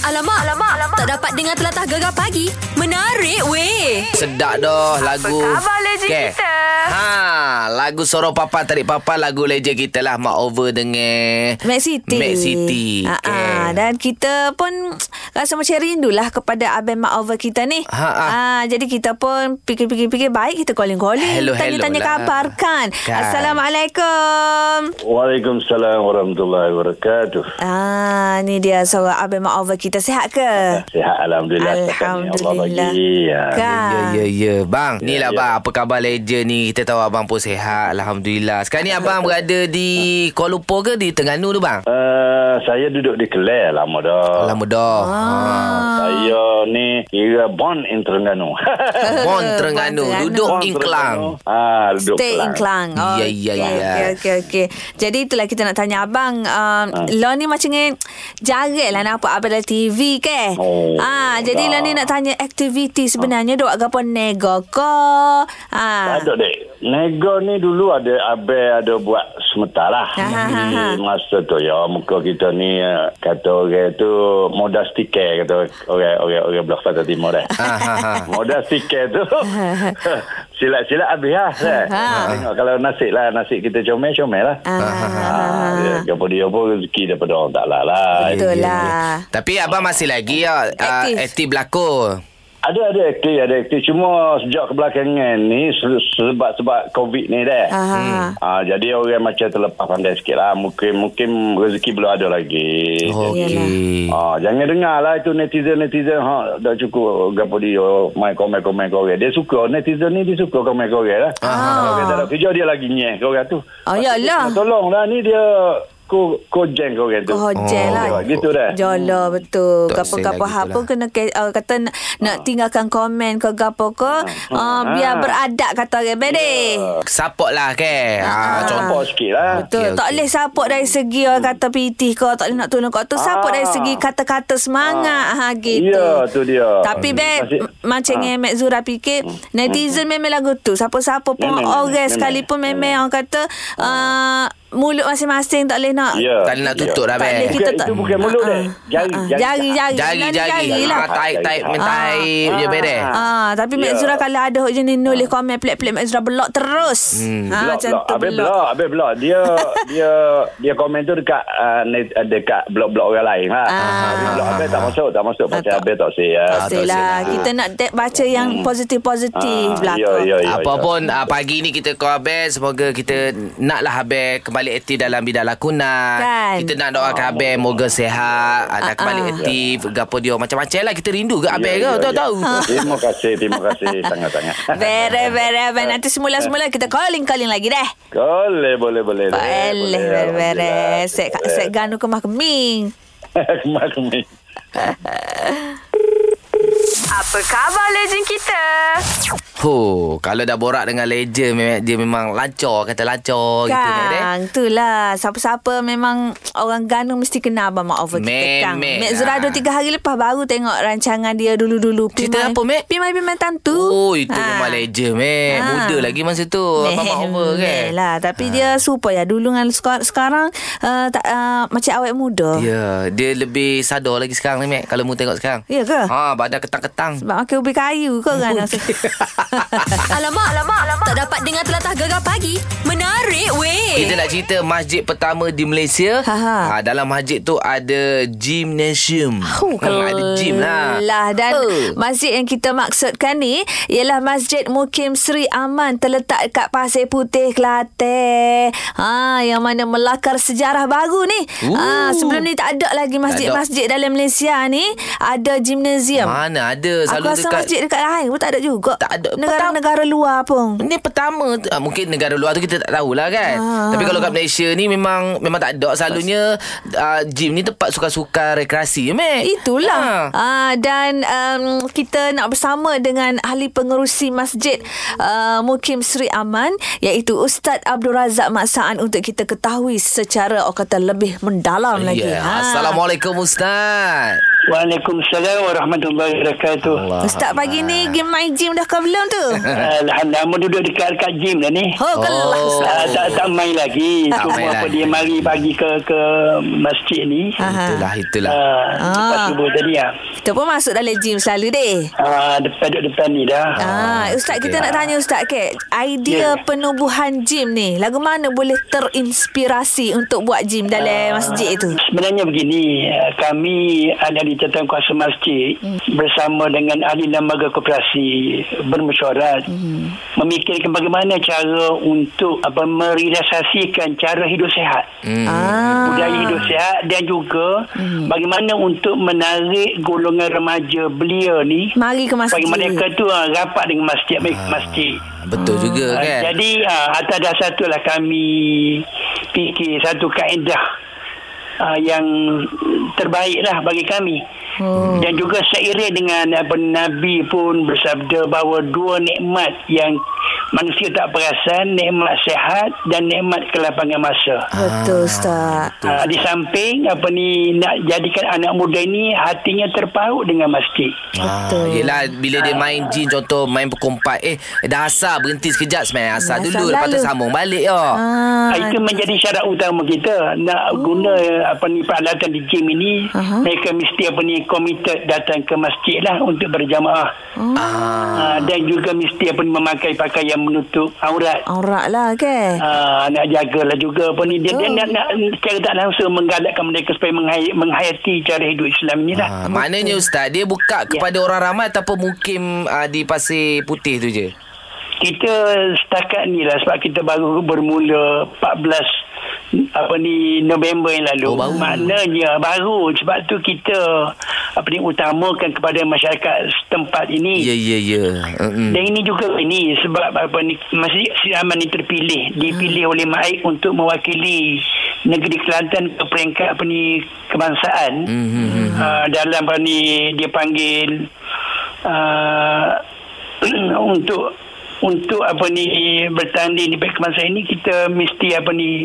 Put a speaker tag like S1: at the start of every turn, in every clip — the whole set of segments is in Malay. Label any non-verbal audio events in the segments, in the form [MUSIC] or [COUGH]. S1: Alamak, alamak, alamak. Tak dapat dengar telatah gegar pagi. Menarik weh.
S2: Sedap doh lagu.
S3: khabar legend kita?
S2: Ha, lagu Sorong Papa Tarik Papa lagu legend kita lah Mak Over dengan
S1: Mac City.
S2: Mac City.
S1: Ha,
S2: Okay.
S1: ha. Dan kita pun rasa macam rindulah kepada abang mak over kita ni.
S2: Ha, ha.
S1: ha. Jadi kita pun fikir-fikir-fikir baik kita calling-calling.
S2: Hello, hello
S1: Tanya-tanya
S2: lah.
S1: kabar kan.
S2: Kan.
S1: Assalamualaikum.
S4: Waalaikumsalam warahmatullahi wabarakatuh.
S1: Ah, ni dia seorang abang mak over kita. Sihat ke?
S4: Sihat alhamdulillah. Allah
S1: Alhamdulillah.
S4: bagi. Ya.
S2: Ya,
S1: Kan.
S2: ya, ya. Bang, ni lah
S4: ya.
S2: bang. Apa khabar legend ni? Kita tahu abang pun sihat. Alhamdulillah. Sekarang ni abang berada di Kuala Lumpur ke di Terengganu tu bang? Oh,
S4: Uh, saya duduk di Kelir lama dah.
S2: Lama dah. Ah.
S4: Saya ni kira born
S1: [LAUGHS]
S4: in Terengganu.
S2: Bon
S1: Bon Terengganu.
S2: Terengganu. Duduk
S4: Born
S2: Ingklang.
S4: Terengganu. Ah, duduk
S1: Stay in Klang. Oh,
S2: Ya, ya,
S1: okey,
S2: ya.
S1: Okey, okey, okey. Jadi itulah kita nak tanya abang. Um,
S4: Ah.
S1: Lo ni macam ni jarang lah nampak abang dalam TV ke?
S4: Oh,
S1: ah, jadi
S4: dah.
S1: Lo ni nak tanya aktiviti sebenarnya duk agak pun nego ke? Ah.
S4: Tak ada dek. Nego ni dulu ada abe ada buat sementara lah.
S1: Ha, ha, ha, ha.
S4: Jadi masa tu ya muka kita ni eh, kata orang tu modal stiker kata orang orang orang Blok Pantai Timur eh.
S2: Ha, ha,
S1: [LAUGHS] Ah.
S2: ha.
S4: modal stiker tu silat-silat habis lah. eh.
S1: Ha.
S4: Tengok kalau nasi lah nasi kita comel comel lah.
S1: Ah.
S4: Ha, dia pun dia pun rezeki daripada orang Taala lah.
S1: Betul
S2: Ya, ya,
S1: lah.
S2: ya. Tapi abang masih lagi ya, ah,
S1: Aktif.
S2: aktif berlakon.
S4: Ada ada aktif ada aktif cuma sejak kebelakangan ni se- sebab sebab covid ni dah.
S1: Ah.
S4: Hmm. Ah jadi orang macam terlepas pandai sikit lah. Mungkin mungkin rezeki belum ada lagi.
S1: Oh,
S2: Okey.
S1: Ya,
S4: Ah, jangan dengar lah itu netizen-netizen ha, dah cukup gapo dia main komen-komen korang. Dia suka netizen ni dia suka komen korang lah. Ah. Orang tak ada kerja dia lagi nyeh korang tu.
S1: Ah, yalah.
S4: Tolonglah ni dia ko kojeng korang tu.
S1: Kau hojel
S2: Oh. Hmm.
S1: lah.
S4: Ya, Gitu dah.
S1: Jolo betul.
S2: Tak say
S1: Gapo-gapo
S2: lagi tu
S1: hapa
S2: lah.
S1: kena ke- uh, kata nak, nak
S4: Ah.
S1: tinggalkan komen ke gapo ke. Uh, biar beradab kata orang bedeh.
S4: Ya.
S2: Support lah ke?
S1: Ah.
S2: Ha, contoh.
S4: Support sikit lah.
S1: Betul. Okay,
S2: Okey,
S1: tak
S2: okey.
S1: boleh support dari segi orang kata PT kau tak boleh nak tolong kau tu support
S4: Ah.
S1: dari segi kata-kata semangat ha, gitu.
S4: Ya, tu dia.
S1: Tapi ah, babe
S4: Masih- Ah. Hmm.
S1: m- macam ni Mek Zura fikir netizen memang lagu tu. Siapa-siapa pun
S4: Memang,
S1: orang
S4: memang,
S1: sekalipun
S4: memang. Hmm.
S1: memang orang kata ah, mulut masing-masing tak boleh nak
S4: Ya.
S2: Tak boleh nak tutup dah,
S1: tak boleh
S2: Abang.
S1: kita
S4: Bukan,
S1: tak
S4: itu bukan mulut dah. Jari,
S1: Ah, ah.
S4: jari.
S1: jari jari
S2: Jari,
S1: Lah,
S2: jari.
S1: jari lah
S2: Ha, taip, taip,
S4: Ah.
S2: mentaip je beres.
S1: Ah, tapi Mek
S4: Ya. Ah.
S1: Zura kalau ada hok jenis nulis komen pelik-pelik Mek Zura blok terus. Hmm.
S4: Blok,
S1: macam
S4: blok.
S1: tu
S4: Habis
S1: blok.
S4: blok, habis blok. Dia dia dia komen tu dekat uh, net, eh, dekat blok-blok orang lain ha. Habis blok habis tak masuk, tak masuk.
S1: Ah.
S4: Macam
S1: tak.
S4: habis tak say. Ya.
S2: Ah, tak
S1: Pastilah
S2: silah.
S1: lah, kita nak de- baca yang positif-positif
S4: Ah,
S1: belaka.
S4: ya, ya, ya.
S2: Apa pun ah, pagi ni kita call Abel Semoga kita naklah Abel kembali aktif dalam bidang lakonan
S1: Kan.
S2: Kita nak doakan Abel moga sehat ah, Dah kembali aktif Gapo dia macam-macam lah Kita rindu ke Abel
S4: Ya,
S2: ke Tahu-tahu
S4: [LAUGHS]
S1: Ah.
S4: Terima kasih, terima kasih
S2: [LAUGHS]
S4: sangat-sangat.
S1: Very, very,
S4: [LAUGHS]
S1: very. Nanti semula-semula kita calling-calling lagi deh.
S4: Boleh, boleh, boleh.
S1: Boleh, very, very. Set, set ganu kemah keming.
S4: [LAUGHS] Kemarin.
S3: Apa khabar legend kita?
S2: Ho, Kalau dah borak dengan legend memang, Dia memang lancar Kata lancar gitu kan, eh? Mek, deh.
S1: Kang, itulah. Siapa-siapa memang orang ganu mesti kena abang mak over kita, Kang.
S2: Memek,
S1: Mek Zura
S2: ah.
S1: dua, tiga hari lepas baru tengok rancangan dia dulu-dulu.
S2: Cerita
S1: Pimai-
S2: apa, Mek?
S1: Pimai-pimai tantu.
S2: Oh itu
S1: Ah.
S2: memang legend
S1: Ah.
S2: meh. Eh, Muda lagi masa
S1: [LAUGHS]
S2: tu Abang Mak over kan
S1: Meh lah Tapi dia super ya Dulu dengan seka- sekarang uh, tak, uh, Macam awet muda
S2: Ya Dia lebih sadar lagi sekarang ni Mek Kalau mu tengok sekarang
S1: Ya ke?
S2: Ha, badan ketang-ketang
S1: Sebab makan ubi kayu ke kan
S2: [LAUGHS]
S3: Alamak, alamak, alamak.
S1: Tak dapat dengar telatah gegar pagi Menarik weh
S2: Kita nak cerita masjid pertama di Malaysia.
S1: Ha, ha.
S2: Ha, dalam masjid tu ada gymnasium.
S1: Oh,
S2: Hmm, ada gym lah.
S1: lah. Dan
S2: Oh.
S1: masjid yang kita maksudkan ni Ialah Masjid Mukim Sri Aman Terletak dekat Pasir Putih, Kelantan ha, Yang mana melakar sejarah baru ni
S2: Ooh.
S1: ha, Sebelum ni tak ada lagi masjid-masjid dalam Malaysia ni Ada gymnasium
S2: Mana ada
S1: Aku
S2: selalu
S1: rasa
S2: dekat
S1: masjid dekat lain pun tak ada juga.
S2: Tak ada.
S1: Negara-negara luar pun.
S2: Ni pertama tu, ah, Mungkin negara luar tu Kita tak tahulah kan
S1: Ah.
S2: Tapi kalau kat Malaysia ni Memang memang tak ada Selalunya uh, Gym ni tempat suka-suka Rekreasi ya Mac
S1: Itulah. Ha. dan um, kita nak bersama dengan ahli pengerusi masjid uh, Mukim Sri Aman iaitu Ustaz Abdul Razak Mak Saan untuk kita
S2: Ya,
S1: ketahui secara orang kata lebih mendalam lagi. Ha.
S2: yeah. Assalamualaikum Ustaz
S5: Waalaikumsalam warahmatullahi wabarakatuh.
S2: Allah.
S1: Ustaz pagi ni game main gym dah ke belum tu?
S5: Ah, Alhamdulillah, mu duduk dekat dekat gym dah ni.
S1: Oh, kelah
S2: Oh.
S1: Ustaz.
S5: Ah, tak tak main lagi.
S2: Tak
S5: Cuma
S2: main
S5: apa
S2: lagi.
S5: dia mari bagi ke ke masjid ni.
S1: Ah. Aha.
S2: Itulah, itulah.
S5: Ah, lepas
S1: Ah.
S5: subuh tadi ah.
S1: Kita pun masuk dalam gym selalu deh.
S5: Ah, depan duduk depan ni dah.
S1: Ah, Ustaz kita nak tanya Ustaz Kek Idea
S5: Ya.
S1: penubuhan gym ni Lagu mana boleh terinspirasi Untuk buat gym dalam masjid tu
S5: Sebenarnya begini, eh, kami ada di tentang kuasa masjid bersama dengan ahli lembaga koperasi bermesyuarat memikirkan bagaimana cara untuk apa merealisasikan cara hidup sehat.
S2: Hmm.
S1: ah.
S5: budaya hidup sihat dan juga hmm. bagaimana untuk menarik golongan remaja belia ni
S1: Mari ke Hmm. masjid
S5: bagi mereka tu ah, rapat dengan masjid ah. masjid.
S2: Betul juga
S5: Ah,
S2: kan?
S5: Jadi ah, atas dasar itulah kami fikir satu kaedah ah, yang terbaiklah bagi kami. Hmm. Dan juga seiring dengan apa Nabi pun bersabda bahawa dua nikmat yang manusia tak perasan nikmat sehat dan nikmat kelapangan masa.
S2: Ah.
S1: Betul Ustaz
S5: Ha, di samping apa ni nak jadikan anak muda ini hatinya terpaut dengan masjid.
S2: Ah,
S1: Betul.
S2: yelah bila dia main jin contoh main perkompak eh dah asar berhenti sekejap sebenarnya
S1: Asar
S2: asar dulu lepas tu
S1: lalu.
S2: sambung balik ya.
S1: ah. Oh.
S5: Ha, itu menjadi syarat utama kita nak guna apa ni peralatan di gym ini
S1: Aha.
S5: mereka mesti apa ni committed datang ke masjid lah untuk berjamaah.
S2: Ah,
S1: Ah.
S5: Ha, dan juga mesti apa ni memakai pakaian menutup aurat.
S1: Aurat lah ke
S5: Ha, nak jagalah juga apa ni dia, dia nak, nak secara tak langsung menggalakkan mereka supaya menghayati, menghayati cara hidup Islam ni lah.
S2: Ah, maknanya ustaz dia
S5: Ya.
S2: buka kepada orang ramai ataupun mukim ah, di Pasir Putih tu je.
S5: kita setakat ni lah sebab kita baru bermula 14 apa ni November yang lalu
S2: Oh, baru.
S5: maknanya baru sebab tu kita apa ni utamakan kepada masyarakat setempat ini
S2: Ya ya ya. Mm-mm.
S5: dan ini juga ini sebab apa ni Masjid Sri Aman ni terpilih dipilih oleh MAIK untuk mewakili negeri Kelantan ke peringkat apa ni kebangsaan
S2: Mhm.
S5: uh, dalam apa ni dia panggil uh, [CLEARS THROAT] untuk untuk apa ni bertanding di kebangsaan ini kita mesti apa ni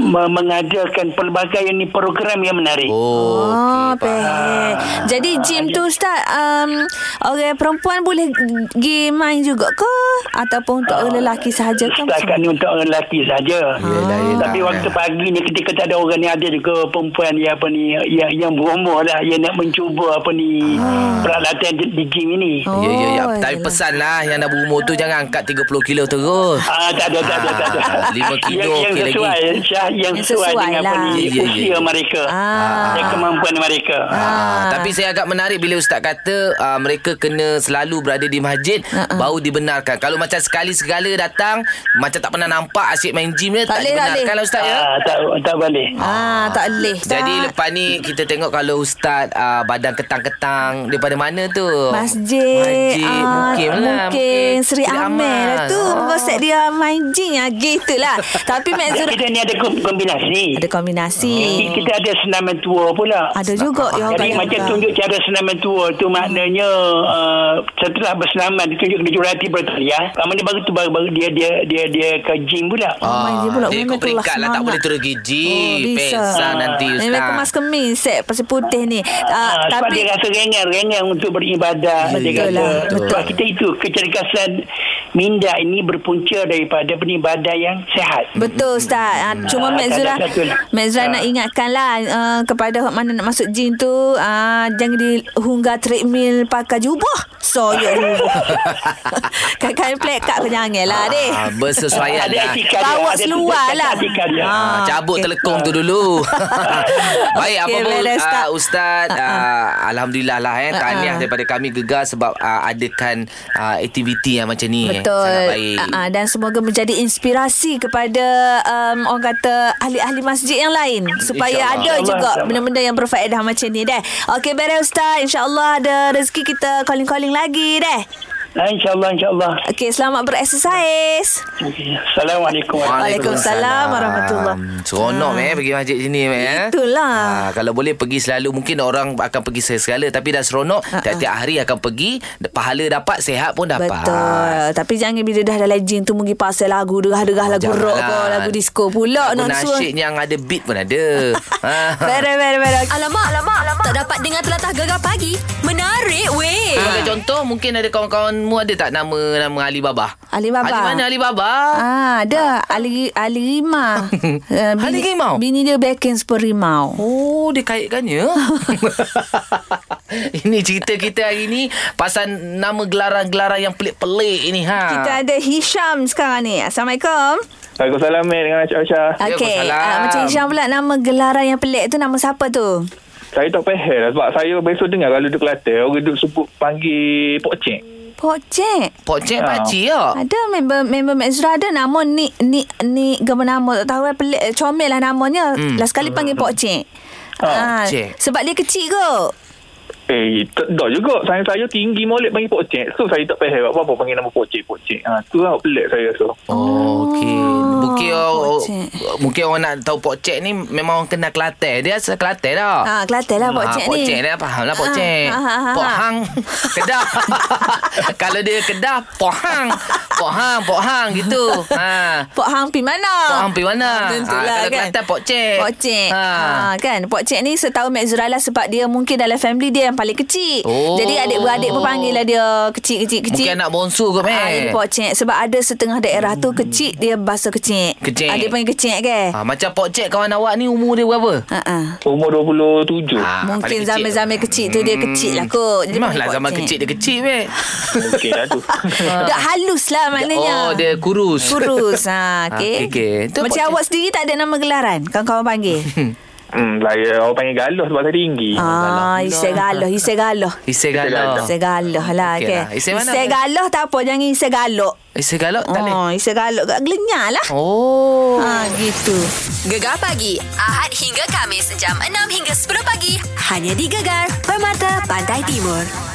S5: me- mengadakan pelbagai ni program yang menarik.
S2: Oh,
S1: Oh,
S2: okey, faham.
S1: peh. Jadi gym tu Ustaz um, Orang perempuan boleh Pergi main juga ke Ataupun untuk orang lelaki sahaja ke
S5: Setakat ni untuk orang lelaki saja.
S2: Yelah, yelah.
S5: Tapi waktu pagi ni ketika tak ada orang ni ada juga perempuan yang apa ni yang yang berumur lah yang nak mencuba apa ni
S2: Ah.
S5: peralatan di, di gym ini.
S1: Oh,
S2: Ya ya ya.
S1: yelah.
S2: Tapi pesan lah yang dah berumur tu jangan angkat 30 kilo terus.
S5: Ah, tak ada, tak ada, tak ada.
S2: Ah, lima kilo,
S5: yang, yang
S2: okey lagi.
S5: sesuai, Syah, yang, sesuai, dengan apa ni,
S2: Ya, ya, ya.
S5: usia mereka.
S1: Ah.
S5: Dan kemampuan mereka.
S2: Ah. Tapi saya agak menarik bila ustaz kata uh, mereka kena selalu berada di masjid uh-uh. baru dibenarkan. Kalau macam sekali segala datang macam tak pernah nampak asyik main gym dia
S1: Tak
S2: tak,
S1: boleh, tak
S2: dibenarkan
S1: boleh.
S2: lah ustaz ya.
S5: Ah, tak, tak boleh.
S1: Ah, tak boleh Ustaz.
S2: Jadi lepas ni kita tengok kalau ustaz uh, badan ketang-ketang daripada mana tu?
S1: Masjid,
S2: Masjid
S1: ah,
S2: mungkin Ah. lah.
S1: Mungkin Seri Amel lah tu oh. Gosek dia main jin lah Gitu
S2: [LAUGHS]
S1: lah Tapi Mek Zura
S5: Kita ni ada kom- kombinasi.
S1: Ada kombinasi
S5: Kita- Kita ada senaman tua pula.
S1: Ada juga ya,
S5: Jadi
S1: orang
S5: macam
S1: kata.
S5: tunjuk cara senaman tua tu maknanya uh, setelah bersenaman ditunjuk ke jurati bertaliah. Lama dia ya? Ah, baru tu baru, baru dia dia dia dia ke gym pula.
S1: Oh, main gym pula.
S2: dia
S1: Memang tu lah
S2: ikut Ah. peringkat lah tak
S1: semangat.
S2: boleh terus gigi.
S1: Oh, bisa.
S2: Pesan nanti ustaz.
S1: Memang kemas kemis set pasal putih ni. Uh,
S5: Ah, sebab
S1: tapi
S5: dia rasa rengan-rengan untuk beribadah.
S2: Ya,
S5: dia
S2: ya,
S5: kata.
S1: betul lah,
S5: Sebab kita itu kecergasan minda ini berpunca daripada beribadah yang sehat.
S1: Betul Ustaz ha,
S2: Hmm.
S1: Cuma
S5: Ah,
S1: Mek
S5: tak ada
S1: Zura
S5: satu lah.
S1: Mek Zura
S5: Ah.
S1: nak ingatkan lah uh, Kepada hok mana nak masuk gym tu uh, Jangan dihunggah treadmill Pakai jubah Soyok dulu
S2: [LAUGHS]
S1: Kain-kain plek kat pun jangan lah deh
S2: Ah, bersesuaian
S5: Ada
S2: lah.
S5: etika dia.
S1: Bawa
S5: ada
S1: seluar
S5: tindakan
S1: lah
S5: etika dia.
S2: Ah, cabut
S1: okey.
S2: okay. telekong tu
S1: [LAUGHS]
S2: dulu. Ah, Baik, apa
S1: Okey,
S2: pun
S1: boleh, Ustaz.
S2: uh, Ustaz, uh, alhamdulillah lah eh, tahniah
S1: Ah, ah.
S2: daripada kami gegar sebab uh, adakan uh, aktiviti yang macam ni. eh.
S1: Betul.
S2: Sangat baik.
S1: Uh, dan semoga menjadi inspirasi kepada um, orang kata ahli-ahli masjid yang lain supaya
S2: InsyaAllah.
S1: ada
S5: InsyaAllah,
S1: juga
S5: insyaAllah.
S1: benda-benda yang berfaedah macam ni deh. Okey, beres ustaz. Insya-Allah ada rezeki kita calling-calling lagi deh.
S5: Ah, InsyaAllah, insyaAllah.
S1: Okey, selamat bereksersais.
S5: Okey. Assalamualaikum.
S1: Waalaikumsalam warahmatullah.
S2: Seronok eh pergi masjid sini meh. eh.
S1: Itulah.
S2: Ah, kalau boleh pergi selalu mungkin orang akan pergi sekali tapi dah seronok
S1: Ah,
S2: tiap-tiap hari akan pergi pahala dapat sehat pun dapat.
S1: Betul. Tapi jangan bila dah dah legend tu mungkin pasal lagu degah-degah lagu
S2: Janganlah.
S1: rock ke lagu disco pula
S2: Lagu
S1: nak suruh.
S2: nasyid yang ada beat pun
S1: [LAUGHS]
S2: ada. ha.
S1: Very, very, very.
S3: Alamak, alamak, alamak. Tak dapat dengar telatah gegar pagi. Menarik, weh.
S2: Sebagai contoh mungkin Eh, ada kawan-kawanmu ada tak nama nama Ali Baba?
S1: Ali Baba.
S2: Ali mana Ali Baba?
S1: Ah, ada Ali Ali Rima. uh,
S2: Ali Rimau?
S1: Bini dia backing super Rimau.
S2: Oh, dia kaitkannya. [LAUGHS] ini cerita kita hari ni pasal nama gelaran-gelaran yang pelik-pelik ini ha.
S1: Kita ada Hisham sekarang ni. Assalamualaikum.
S4: Waalaikumsalam Mek dengan Aisyah.
S1: Okey.
S2: Waalaikumsalam.
S1: Uh, macam Hisham pula nama gelaran yang pelik tu nama siapa tu?
S4: Saya tak faham lah sebab saya besok dengar kalau duduk Kelantan orang duduk sebut panggil Pok Cik.
S1: Pocek.
S2: Pocek
S4: Ah.
S2: pakcik ya.
S1: Ada member member Mek Zura ada nama ni ni ni gambar nama tak tahu eh, pelik eh, comel lah namanya.
S2: Hmm.
S1: Hmm. Last kali panggil Pok Cik.
S4: Ah,
S1: Ah,
S2: Cik.
S1: sebab dia kecil kot.
S4: Eh, tak dah juga. Saya saya tinggi molek panggil Pok Cik. So saya tak faham apa apa panggil nama Pok Cik, Pok Cik. Ha, tu lah pelik saya so.
S2: Oh, okey. Mungkin orang,
S1: Pocek.
S2: mungkin orang nak tahu pocek ni memang orang kenal Kelantan. Dia asal Kelantan dah.
S1: Ah, Kelantan lah Pok Cik
S2: Pok
S1: ni.
S2: Cik ni faham lah Pok
S1: Ah,
S2: Cek.
S1: ah, ah, ah.
S2: Pok
S1: [LAUGHS]
S2: Hang. Kedah. [LAUGHS] Kalau dia Kedah, Pok Hang. Pok Hang, Pok Hang gitu. Ha.
S1: Pok Hang pi mana?
S2: Pok Hang pi mana?
S1: Ah, Tentulah
S2: Ah, kalau
S1: kan.
S2: Kelantan, Pok Cek.
S1: Pok Cek.
S2: Ah.
S1: Ha. kan. Pok Cek ni setahu Mek Zura lah sebab dia mungkin dalam family dia yang paling kecil.
S2: Oh.
S1: Jadi adik-beradik pun panggil lah dia kecil-kecil kecil.
S2: Mungkin anak bonsu ke, Mek?
S1: Ah, jadi Pok Cek sebab ada setengah daerah tu kecil dia bahasa kecil.
S2: Kecil.
S1: Ah, dia panggil kecil ke?
S2: Ha, macam Pok Cek kawan awak ni umur dia berapa?
S1: Ha ah.
S4: Umur
S1: [LAUGHS]
S4: 27.
S2: Ah, paling
S1: Mungkin
S2: kecil.
S1: zaman-zaman kecil tu dia kecil lah kot. Jadi
S2: Memanglah
S1: panggil
S2: zaman
S1: pocek.
S2: kecil dia kecil, Mek.
S4: Okey dah tu.
S1: Dah halus lah maknanya.
S2: Ah. Oh, dia kurus.
S1: kurus. ha, okay.
S2: [LAUGHS] Ah, okey, okey. Tu
S1: Macam
S2: pocek.
S1: awak sendiri tak ada nama gelaran? Kawan-kawan
S2: [LAUGHS]
S1: panggil?
S4: Hmm, saya orang panggil galuh sebab saya tinggi.
S1: ah, Isai galah, Isai galah.
S2: Isai galau.
S1: Isai galah lah.
S2: Ah. Okey
S1: Okay.
S2: lah. Isai mana?
S1: galah tak apa. Jangan Isai galak.
S2: Isai galau tak boleh.
S1: Oh, Isai galak. Kat gelenyar lah.
S2: Oh.
S1: Ha, gitu.
S3: Gegar pagi. Ahad hingga Kamis. Jam 6 hingga 10 pagi. Hanya di Gegar. Permata Pantai Timur.